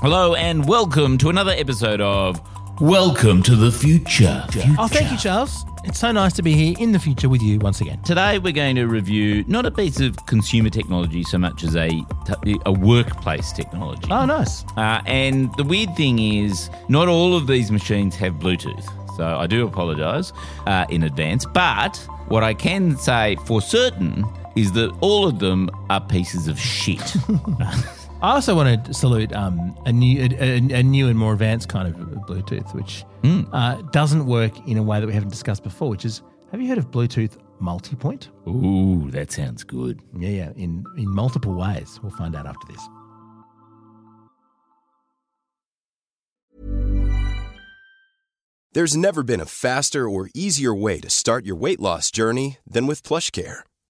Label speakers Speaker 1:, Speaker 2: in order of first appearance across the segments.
Speaker 1: Hello and welcome to another episode of Welcome to the Future.
Speaker 2: Oh, thank you, Charles. It's so nice to be here in the future with you once again.
Speaker 1: Today we're going to review not a piece of consumer technology so much as a a workplace technology.
Speaker 2: Oh, nice.
Speaker 1: Uh, and the weird thing is, not all of these machines have Bluetooth. So I do apologise uh, in advance. But what I can say for certain is that all of them are pieces of shit.
Speaker 2: I also want to salute um, a new, a, a, a new and more advanced kind of Bluetooth, which uh, doesn't work in a way that we haven't discussed before. Which is, have you heard of Bluetooth multipoint?
Speaker 1: Ooh, that sounds good.
Speaker 2: Yeah, yeah, in in multiple ways. We'll find out after this.
Speaker 3: There's never been a faster or easier way to start your weight loss journey than with PlushCare.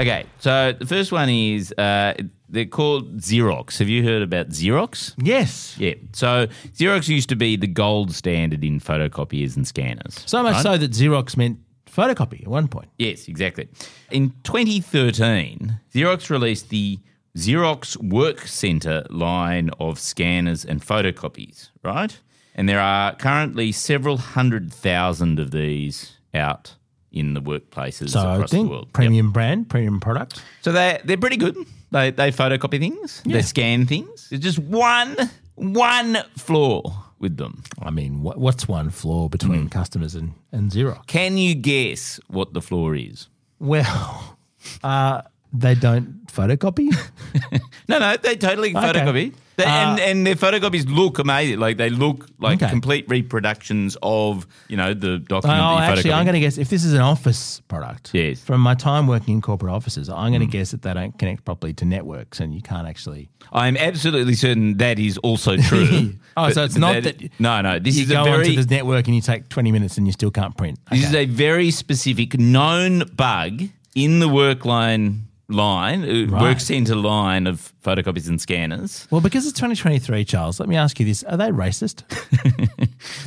Speaker 1: Okay, so the first one is uh, they're called Xerox. Have you heard about Xerox?
Speaker 2: Yes.
Speaker 1: Yeah. So Xerox used to be the gold standard in photocopiers and scanners.
Speaker 2: So much so that Xerox meant photocopy at one point.
Speaker 1: Yes, exactly. In 2013, Xerox released the Xerox Work Center line of scanners and photocopies, right? And there are currently several hundred thousand of these out in the workplaces
Speaker 2: So I
Speaker 1: across
Speaker 2: think
Speaker 1: the world. Yep.
Speaker 2: premium brand, premium product.
Speaker 1: So they they're pretty good. They they photocopy things. They scan things. There's just one one flaw with them.
Speaker 2: I mean, what, what's one flaw between customers and, and Xerox?
Speaker 1: Can you guess what the flaw is?
Speaker 2: Well, uh, they don't photocopy. Uh, oh,
Speaker 1: No, no, they totally photocopy. They, and, and their photocopies look amazing. Like they look like
Speaker 2: Uh, Okay.
Speaker 1: complete reproductions of you know the document. that
Speaker 2: Oh,
Speaker 1: you
Speaker 2: actually, I'm
Speaker 1: photocopied.
Speaker 2: going to guess if this is an office product.
Speaker 1: Yes. Mm.
Speaker 2: From my time working in corporate offices, I'm going to guess that they don't connect properly to networks, and you can't actually.
Speaker 1: I'm absolutely certain that is also true.
Speaker 2: Oh,
Speaker 1: But
Speaker 2: so it's not that
Speaker 1: No, no. This
Speaker 2: you
Speaker 1: is
Speaker 2: go
Speaker 1: a very
Speaker 2: onto this network and you take 20 minutes and you still can't print.
Speaker 1: This is a very specific known bug in the work line line, uh, work center line of photocopies and scanners.
Speaker 2: Well, because it's 2023, Charles, let me ask you this: Are they racist?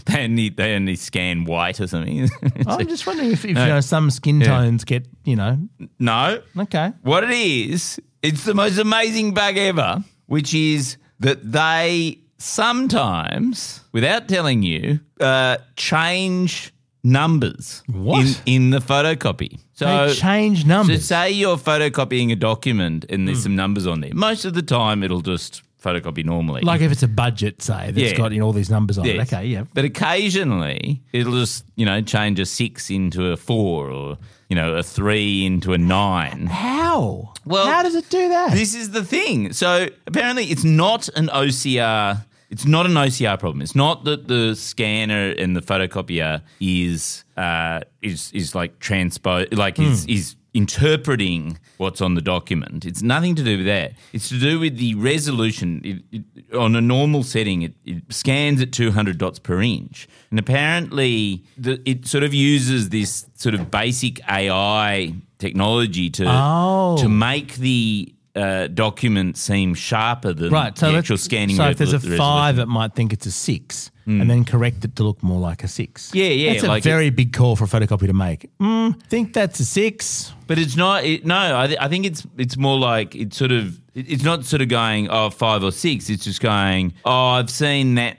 Speaker 1: They only they only scan white or something.
Speaker 2: I'm just wondering if, if you know some skin tones get you know
Speaker 1: no,
Speaker 2: okay.
Speaker 1: what it is, it's the most amazing bug ever, which is that they sometimes, without telling you, uh, change numbers
Speaker 2: What?
Speaker 1: in in the photocopy. So
Speaker 2: They change
Speaker 1: So
Speaker 2: numbers.
Speaker 1: say you're photocopying a document and there's
Speaker 2: Hmm.
Speaker 1: some numbers on there. Most of the time, it'll just photocopy normally.
Speaker 2: like if it's a budget, say that's
Speaker 1: Yeah.
Speaker 2: got you know, all these numbers on
Speaker 1: Yes.
Speaker 2: it. Okay, yeah.
Speaker 1: But occasionally, it'll just you know change a six into a four, or you know a three into a nine.
Speaker 2: How?
Speaker 1: Well,
Speaker 2: how does it do that?
Speaker 1: This is the thing. So apparently, it's not an OCR. It's not an OCR problem. It's not that the scanner and the photocopier is uh, is is like transpo like is is interpreting what's on the document. It's nothing to do with that. It's to do with the resolution. It, it, on a normal setting, it, it scans at 200 dots per inch, and apparently, the, it sort of uses this sort of basic AI technology to
Speaker 2: Oh.
Speaker 1: to make the uh, document seem sharper than
Speaker 2: Right, so
Speaker 1: the
Speaker 2: let's-
Speaker 1: actual scanning.
Speaker 2: So if there's a
Speaker 1: resolu-
Speaker 2: five, it might think it's a six, and then correct it to look more like a six.
Speaker 1: Hmm. Yeah, yeah,
Speaker 2: That's a
Speaker 1: like
Speaker 2: very big call for a photocopy to make. Mm, think that's a six.
Speaker 1: but it's not. It, no, I, th- I think it's it's more like it's sort of it- it's not sort of going oh five or six. It's just going oh I've seen that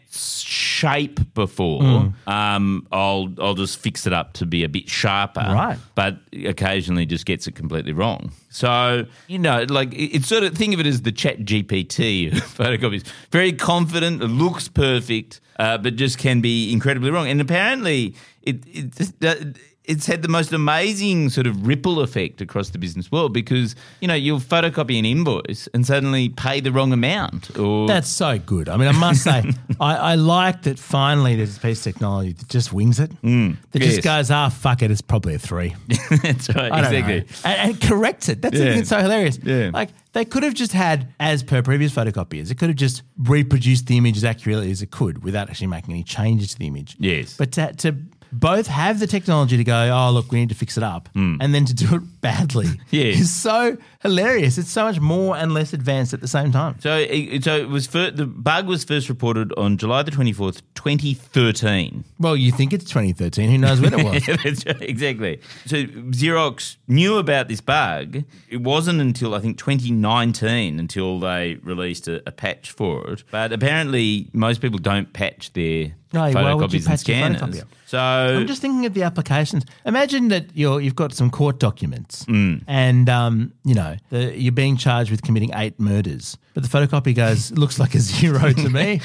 Speaker 1: shape before.
Speaker 2: Mm.
Speaker 1: Um, I'll I'll just fix it up to be a bit sharper.
Speaker 2: Right.
Speaker 1: but occasionally just gets it completely wrong. So you know, like it- it's sort of think of it as the Chat GPT of photocopies. Very confident, it looks perfect, uh, but just can be incredibly wrong. And apparently, it, it it's had the most amazing sort of ripple effect across the business world because you know you'll photocopy an invoice and suddenly pay the wrong amount or
Speaker 2: That's so good. I mean, I must say, I, I like that finally there's a piece of technology that just wings it, mm, that
Speaker 1: Hmm. yes.
Speaker 2: just goes, ah, fuck it, it's probably a three.
Speaker 1: that's right
Speaker 2: I don't know.
Speaker 1: exactly
Speaker 2: And, and corrects it. That's the
Speaker 1: Yeah.
Speaker 2: thing that's so hilarious.
Speaker 1: Yeah.
Speaker 2: Like, they could have just had, as per previous photocopiers, it could have just reproduced the image as accurately as it could without actually making any changes to the image.
Speaker 1: Yes.
Speaker 2: But to, to both have the technology to go, oh, look, we need to fix it up, and then to do it badly
Speaker 1: Yeah.
Speaker 2: is so hilarious. It's so much more and less advanced at the same time.
Speaker 1: So, it, so it was fir- the bug was first reported on July the twenty fourth, twenty thirteen.
Speaker 2: Well, you think it's 2013. Who knows when it was?
Speaker 1: exactly. So Xerox knew about this bug. It wasn't until I think twenty nineteen until they released a, a patch for it. But apparently, most people don't patch their
Speaker 2: No,
Speaker 1: photocopies
Speaker 2: why would you
Speaker 1: and
Speaker 2: patch your
Speaker 1: scanners.
Speaker 2: photocopier?
Speaker 1: So
Speaker 2: I'm just thinking of the applications. Imagine that you're, you've got some court documents, and um, you know the, you're being charged with committing eight murders, but the photocopy goes looks like a zero to me.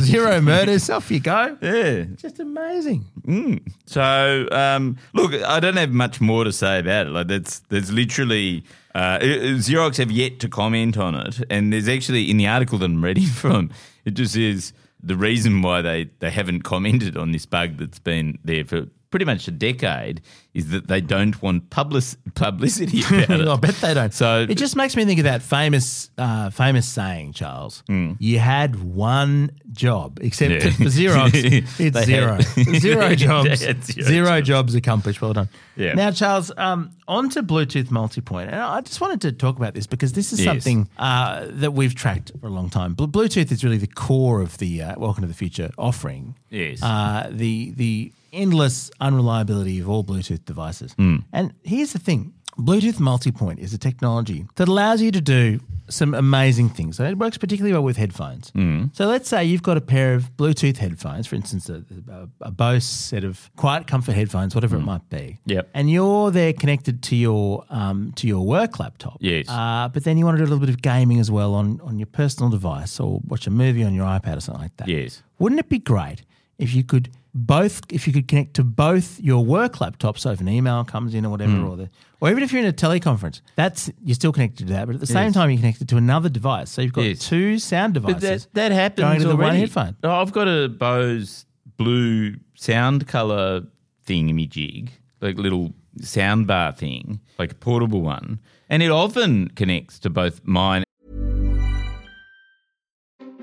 Speaker 2: zero murders, off you go.
Speaker 1: yeah.
Speaker 2: Just amazing.
Speaker 1: So um, look, I don't have much more to say about it. Like that's that's literally uh, it- it- Xerox have yet to comment on it, and there's actually in the article that I'm reading from, it just says the reason why they they haven't commented on this bug that's been there for pretty much a decade is that they don't want public publicity about it.
Speaker 2: I bet they don't.
Speaker 1: So-
Speaker 2: it just makes me think of that famous, uh, famous saying, Charles. You had one job, except
Speaker 1: Mm. Yeah.
Speaker 2: for Xerox, it's
Speaker 1: They
Speaker 2: zero,
Speaker 1: had-
Speaker 2: zero
Speaker 1: They
Speaker 2: jobs,
Speaker 1: had zero
Speaker 2: zero, jobs accomplished. Well done.
Speaker 1: Yeah.
Speaker 2: Now, Charles, um, on to Bluetooth multipoint, and I just wanted to talk about this because this is
Speaker 1: Yes.
Speaker 2: something uh, that we've tracked for a long time. Bl- Bluetooth is really the core of the uh, Welcome to the Future offering.
Speaker 1: Yes.
Speaker 2: Uh, the the endless unreliability of all Bluetooth devices.
Speaker 1: Hmm.
Speaker 2: And here's the thing: Bluetooth multipoint is a technology that allows you to do some amazing things. So it works particularly well with headphones.
Speaker 1: Hmm.
Speaker 2: So let's say you've got a pair of Bluetooth headphones, for instance, a, a, a Bose set of quiet comfort headphones, whatever it might be.
Speaker 1: Hmm. Yep.
Speaker 2: And you're there connected to your um, to your work laptop.
Speaker 1: Yes.
Speaker 2: Uh, but then you want to do a little bit of gaming as well on on your personal device or watch a movie on your iPad or something like that.
Speaker 1: Yes.
Speaker 2: Wouldn't it be great if you could both if you could connect to both your work laptops so if an email comes in or whatever
Speaker 1: Hmm.
Speaker 2: or the or even if you're in a teleconference, that's you're still connected to that, but at the same time you're connected to another device. So you've got
Speaker 1: Yes.
Speaker 2: two sound
Speaker 1: But
Speaker 2: devices.
Speaker 1: that, that happens
Speaker 2: going to the one
Speaker 1: already.
Speaker 2: headphone.
Speaker 1: Oh, I've got a Bose blue sound color thingamajig, like little sound bar thing, like a portable one, and it often connects to both mine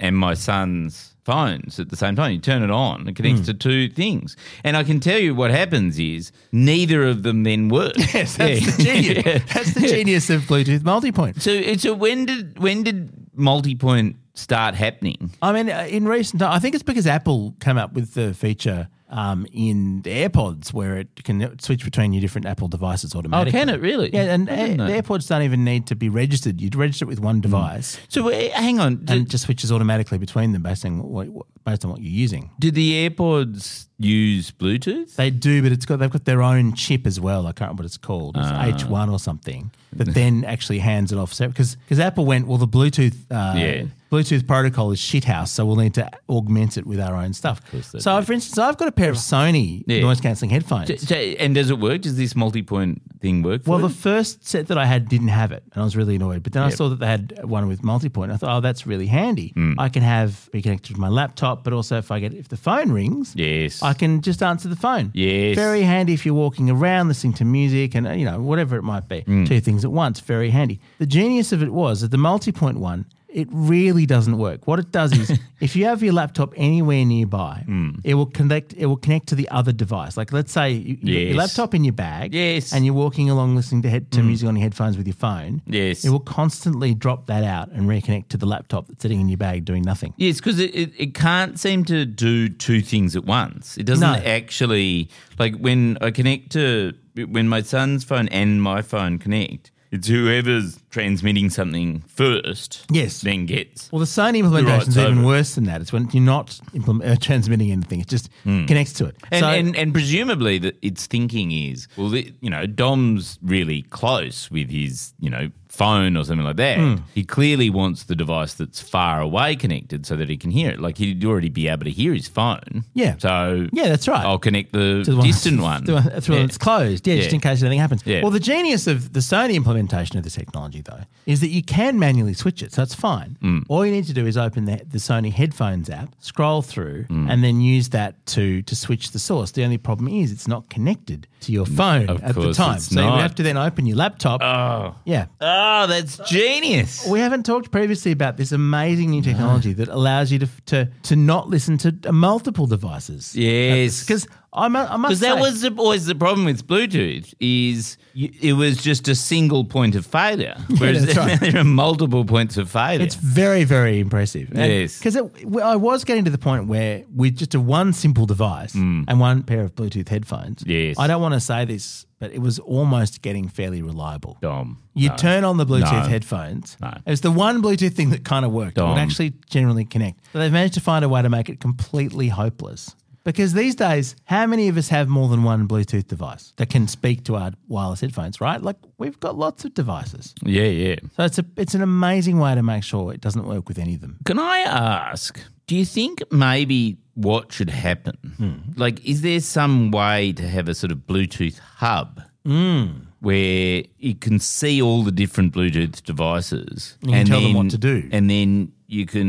Speaker 1: and my son's phones at the same time. You turn it on, it
Speaker 2: Hmm.
Speaker 1: connects to two things. And I can tell you what happens is neither of them then work.
Speaker 2: yes, that's the genius. That's the genius of Bluetooth multipoint.
Speaker 1: So, and so when did when did multipoint start happening?
Speaker 2: I mean, uh, in recent time, I think it's because Apple came up with the feature um, in the AirPods where it can switch between your different Apple devices automatically.
Speaker 1: Oh, can it really?
Speaker 2: Oh, Yeah, and
Speaker 1: I didn't know.
Speaker 2: uh,
Speaker 1: Hmm.
Speaker 2: the AirPods don't even need to be registered. You'd register it with one device.
Speaker 1: So uh, hang on,
Speaker 2: And it just switches automatically between them based on what, what- based on what you're using.
Speaker 1: Do the AirPods use Bluetooth?
Speaker 2: They do, but it's got they've got their own chip as well. I can't remember what it's called. It's
Speaker 1: Ah.
Speaker 2: H1 or something. That then actually hands it off because because Apple went well the Bluetooth uh,
Speaker 1: Yeah.
Speaker 2: Bluetooth protocol is shithouse, so we'll need to augment it with our own stuff. So for instance, I've got a pair of Sony
Speaker 1: Yeah.
Speaker 2: noise cancelling headphones.
Speaker 1: So- so- and does it work? Does this multi-point thing work? For
Speaker 2: well,
Speaker 1: well,
Speaker 2: the first set that I had didn't have it, and I was really annoyed. But then I saw that they had one with multipoint. and I thought, oh, that's really handy.
Speaker 1: Mm.
Speaker 2: I can have be connected to my laptop, but also if I get if the phone rings,
Speaker 1: yes.
Speaker 2: I can just answer the phone.
Speaker 1: Yes.
Speaker 2: Very handy if you're walking around listening to music and, uh,
Speaker 1: Mm.
Speaker 2: you know, whatever it might be. Two things at once. Very handy. The genius of it was that the multi point one, it really doesn't work. What it does is if you have your laptop anywhere nearby,
Speaker 1: Mm.
Speaker 2: it will connect it will connect to the other device. Like let's say you, you got your
Speaker 1: Yes.
Speaker 2: laptop in your bag
Speaker 1: Yes. Mm.
Speaker 2: and you're walking along listening to head to music on your headphones with your phone.
Speaker 1: Yes.
Speaker 2: It will constantly drop that out and reconnect to the laptop that's sitting in your bag doing nothing.
Speaker 1: Yes, because it, it, it can't seem to do two things at once. It doesn't
Speaker 2: No.
Speaker 1: actually like when I connect to when my son's phone and my phone connect. It's whoever's transmitting something first.
Speaker 2: Yes.
Speaker 1: then gets.
Speaker 2: Well, the Sony implementation is
Speaker 1: Right, so-
Speaker 2: even worse than that. It's when you're not implement, uh, transmitting anything; it just connects to it.
Speaker 1: Hmm. And,
Speaker 2: so,
Speaker 1: and and presumably that its thinking is well, the, you know, Dom's really close with his you know phone or something like that.
Speaker 2: Hmm.
Speaker 1: He clearly wants the device that's far away connected so that he can hear it. Like he'd already be able to hear his phone.
Speaker 2: Yeah.
Speaker 1: So
Speaker 2: yeah, that's right.
Speaker 1: I'll connect the,
Speaker 2: To the one-
Speaker 1: Oh, distant one.
Speaker 2: the one, that's the one
Speaker 1: Yeah.
Speaker 2: that's closed. Yeah, just
Speaker 1: Yeah.
Speaker 2: in case anything happens.
Speaker 1: Yeah.
Speaker 2: Well, the genius of the Sony implementation of the technology, though, is that you can manually switch it, so it's fine.
Speaker 1: Hmm.
Speaker 2: All you need to do is open the, the Sony headphones app, scroll through,
Speaker 1: Hmm.
Speaker 2: and then use that to to switch the source. The only problem is it's not connected to your phone
Speaker 1: of
Speaker 2: at the
Speaker 1: course
Speaker 2: time,
Speaker 1: it's
Speaker 2: so you
Speaker 1: not.
Speaker 2: would have to then open your laptop. Oh, yeah.
Speaker 1: Oh, that's genius.
Speaker 2: We haven't talked previously about this amazing new technology that allows you to, to to not listen to multiple devices.
Speaker 1: Yes.
Speaker 2: because I mu- I
Speaker 1: Because
Speaker 2: must
Speaker 1: that
Speaker 2: say-
Speaker 1: was the, always the problem with Bluetooth is y it was just a single point of failure, whereas
Speaker 2: that's right.
Speaker 1: there are multiple points of failure.
Speaker 2: It's very, very impressive.
Speaker 1: Yes.
Speaker 2: Because I was getting to the point where with just a one simple device and one pair of Bluetooth headphones,
Speaker 1: Mm. Yes.
Speaker 2: I don't want to say this, but it was almost getting fairly reliable.
Speaker 1: Dom,
Speaker 2: You turn on the Bluetooth
Speaker 1: No.
Speaker 2: headphones.
Speaker 1: No.
Speaker 2: It was the one Bluetooth thing that kind of worked. It
Speaker 1: Dom.
Speaker 2: would actually generally connect. But they've managed to find a way to make it completely hopeless. Because these days, how many of us have more than one Bluetooth device that can speak to our wireless headphones, right? Like we've got lots of devices.
Speaker 1: yeah, yeah.
Speaker 2: So it's a it's an amazing way to make sure it doesn't work with any of them.
Speaker 1: Can I ask? Do you think maybe what should happen?
Speaker 2: Hmm.
Speaker 1: Like, is there some way to have a sort of Bluetooth hub
Speaker 2: Hmm.
Speaker 1: where you can see all the different Bluetooth devices
Speaker 2: You can tell them what to do.
Speaker 1: and then you can.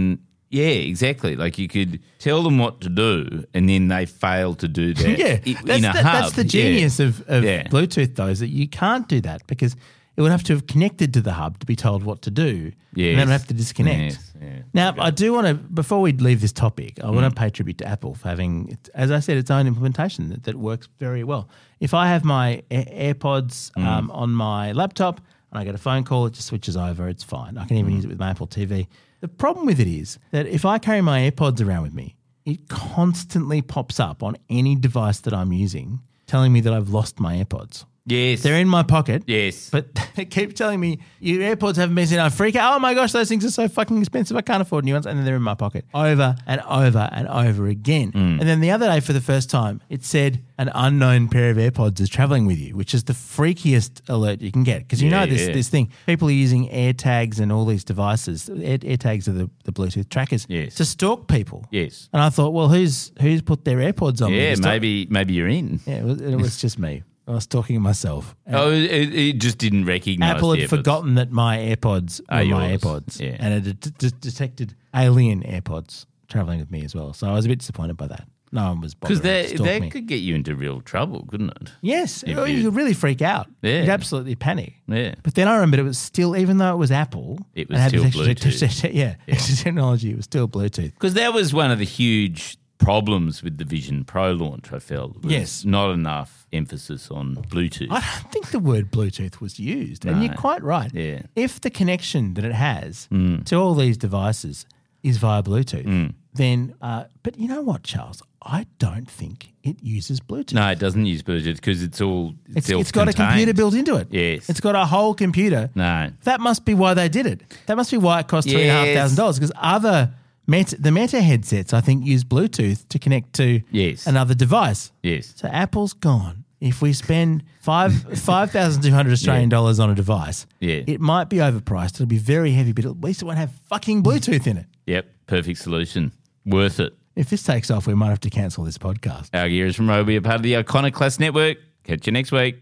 Speaker 1: Yeah, exactly. Like you could tell them what to do, and then they fail to do that.
Speaker 2: Yeah,
Speaker 1: i-
Speaker 2: that's,
Speaker 1: in a
Speaker 2: the,
Speaker 1: hub.
Speaker 2: that's the
Speaker 1: Yeah.
Speaker 2: genius of, of
Speaker 1: Yeah.
Speaker 2: Bluetooth, though, is that you can't do that because it would have to have connected to the hub to be told what to do. And then
Speaker 1: Yes.
Speaker 2: would have to disconnect.
Speaker 1: Yes, yeah.
Speaker 2: Now, I do want to, before we leave this topic, I want to pay tribute to Apple for having, as I said, its own implementation that, that works very well. If I have my A- AirPods um, on my laptop and I get a phone call, it just switches over. It's fine. I can even use it with my Apple TV. The problem with it is that if I carry my AirPods around with me, it constantly pops up on any device that I'm using telling me that I've lost my AirPods.
Speaker 1: Yes,
Speaker 2: They're in my pocket.
Speaker 1: Yes.
Speaker 2: But they keep telling me, your AirPods haven't been sent out. Freak out. Oh my gosh, those things are so fucking expensive. I can't afford new ones. And then they're in my pocket over and over and over again.
Speaker 1: Mm.
Speaker 2: And then the other day, for the first time, it said an unknown pair of AirPods is traveling with you, which is the freakiest alert you can get. Because you know,
Speaker 1: Yeah,
Speaker 2: this,
Speaker 1: yeah.
Speaker 2: this thing, people are using AirTags and all these devices. Air, AirTags are the, the Bluetooth trackers
Speaker 1: Yes.
Speaker 2: to stalk people.
Speaker 1: Yes.
Speaker 2: And I thought, well, who's who's put their AirPods on? me
Speaker 1: Yeah,
Speaker 2: to stalk-
Speaker 1: maybe maybe you're in.
Speaker 2: Yeah, it was, it was just me. I was talking to myself.
Speaker 1: Oh, it, it just didn't recognise.
Speaker 2: Apple
Speaker 1: the
Speaker 2: had
Speaker 1: efforts.
Speaker 2: forgotten that my AirPods were
Speaker 1: Are
Speaker 2: my
Speaker 1: yours.
Speaker 2: AirPods,
Speaker 1: Yeah.
Speaker 2: and it d- d- detected alien AirPods traveling with me as well. So I was a bit disappointed by that. No one was
Speaker 1: Because
Speaker 2: bothered to
Speaker 1: that
Speaker 2: stalk
Speaker 1: that
Speaker 2: me.
Speaker 1: could get you into real trouble, couldn't it?
Speaker 2: yes,
Speaker 1: if
Speaker 2: oh, you
Speaker 1: you-
Speaker 2: could really freak out.
Speaker 1: Yeah.
Speaker 2: You'd absolutely panic.
Speaker 1: Yeah.
Speaker 2: But then I remembered it was still, even though it was Apple,
Speaker 1: It
Speaker 2: and
Speaker 1: was
Speaker 2: had
Speaker 1: still
Speaker 2: this extra
Speaker 1: Bluetooth.
Speaker 2: te- te- yeah, extra technology. It was still Bluetooth.
Speaker 1: Because that was one of the huge problems with the Vision Pro launch. I felt was
Speaker 2: Yes.
Speaker 1: not enough emphasis on Bluetooth.
Speaker 2: I don't think the word Bluetooth was used, and you're quite right.
Speaker 1: Yeah. Mm.
Speaker 2: If the connection that it has to all these devices is via Bluetooth, then, uh, but you know what, Charles? I don't think it uses Bluetooth.
Speaker 1: no, it doesn't use Bluetooth because it's all
Speaker 2: It's, it's got a
Speaker 1: self-contained.
Speaker 2: computer built into it.
Speaker 1: Yes.
Speaker 2: It's got a whole computer.
Speaker 1: No.
Speaker 2: That must be why they did it. That must be why it cost three and a half
Speaker 1: Yes.
Speaker 2: thousand dollars. Because other meta, the meta headsets, I think, use Bluetooth to connect to
Speaker 1: Yes.
Speaker 2: another device.
Speaker 1: Yes.
Speaker 2: So Apple's gone. If we spend five five thousand two hundred Australian dollars on a device,
Speaker 1: Yeah.
Speaker 2: it might be overpriced. It'll be very heavy, but at least it won't have fucking Bluetooth in it.
Speaker 1: Yep. Perfect solution. Worth it.
Speaker 2: If this takes off, we might have to cancel this podcast.
Speaker 1: Our gear is from Roby, a part of the Iconoclast Network. Catch you next week.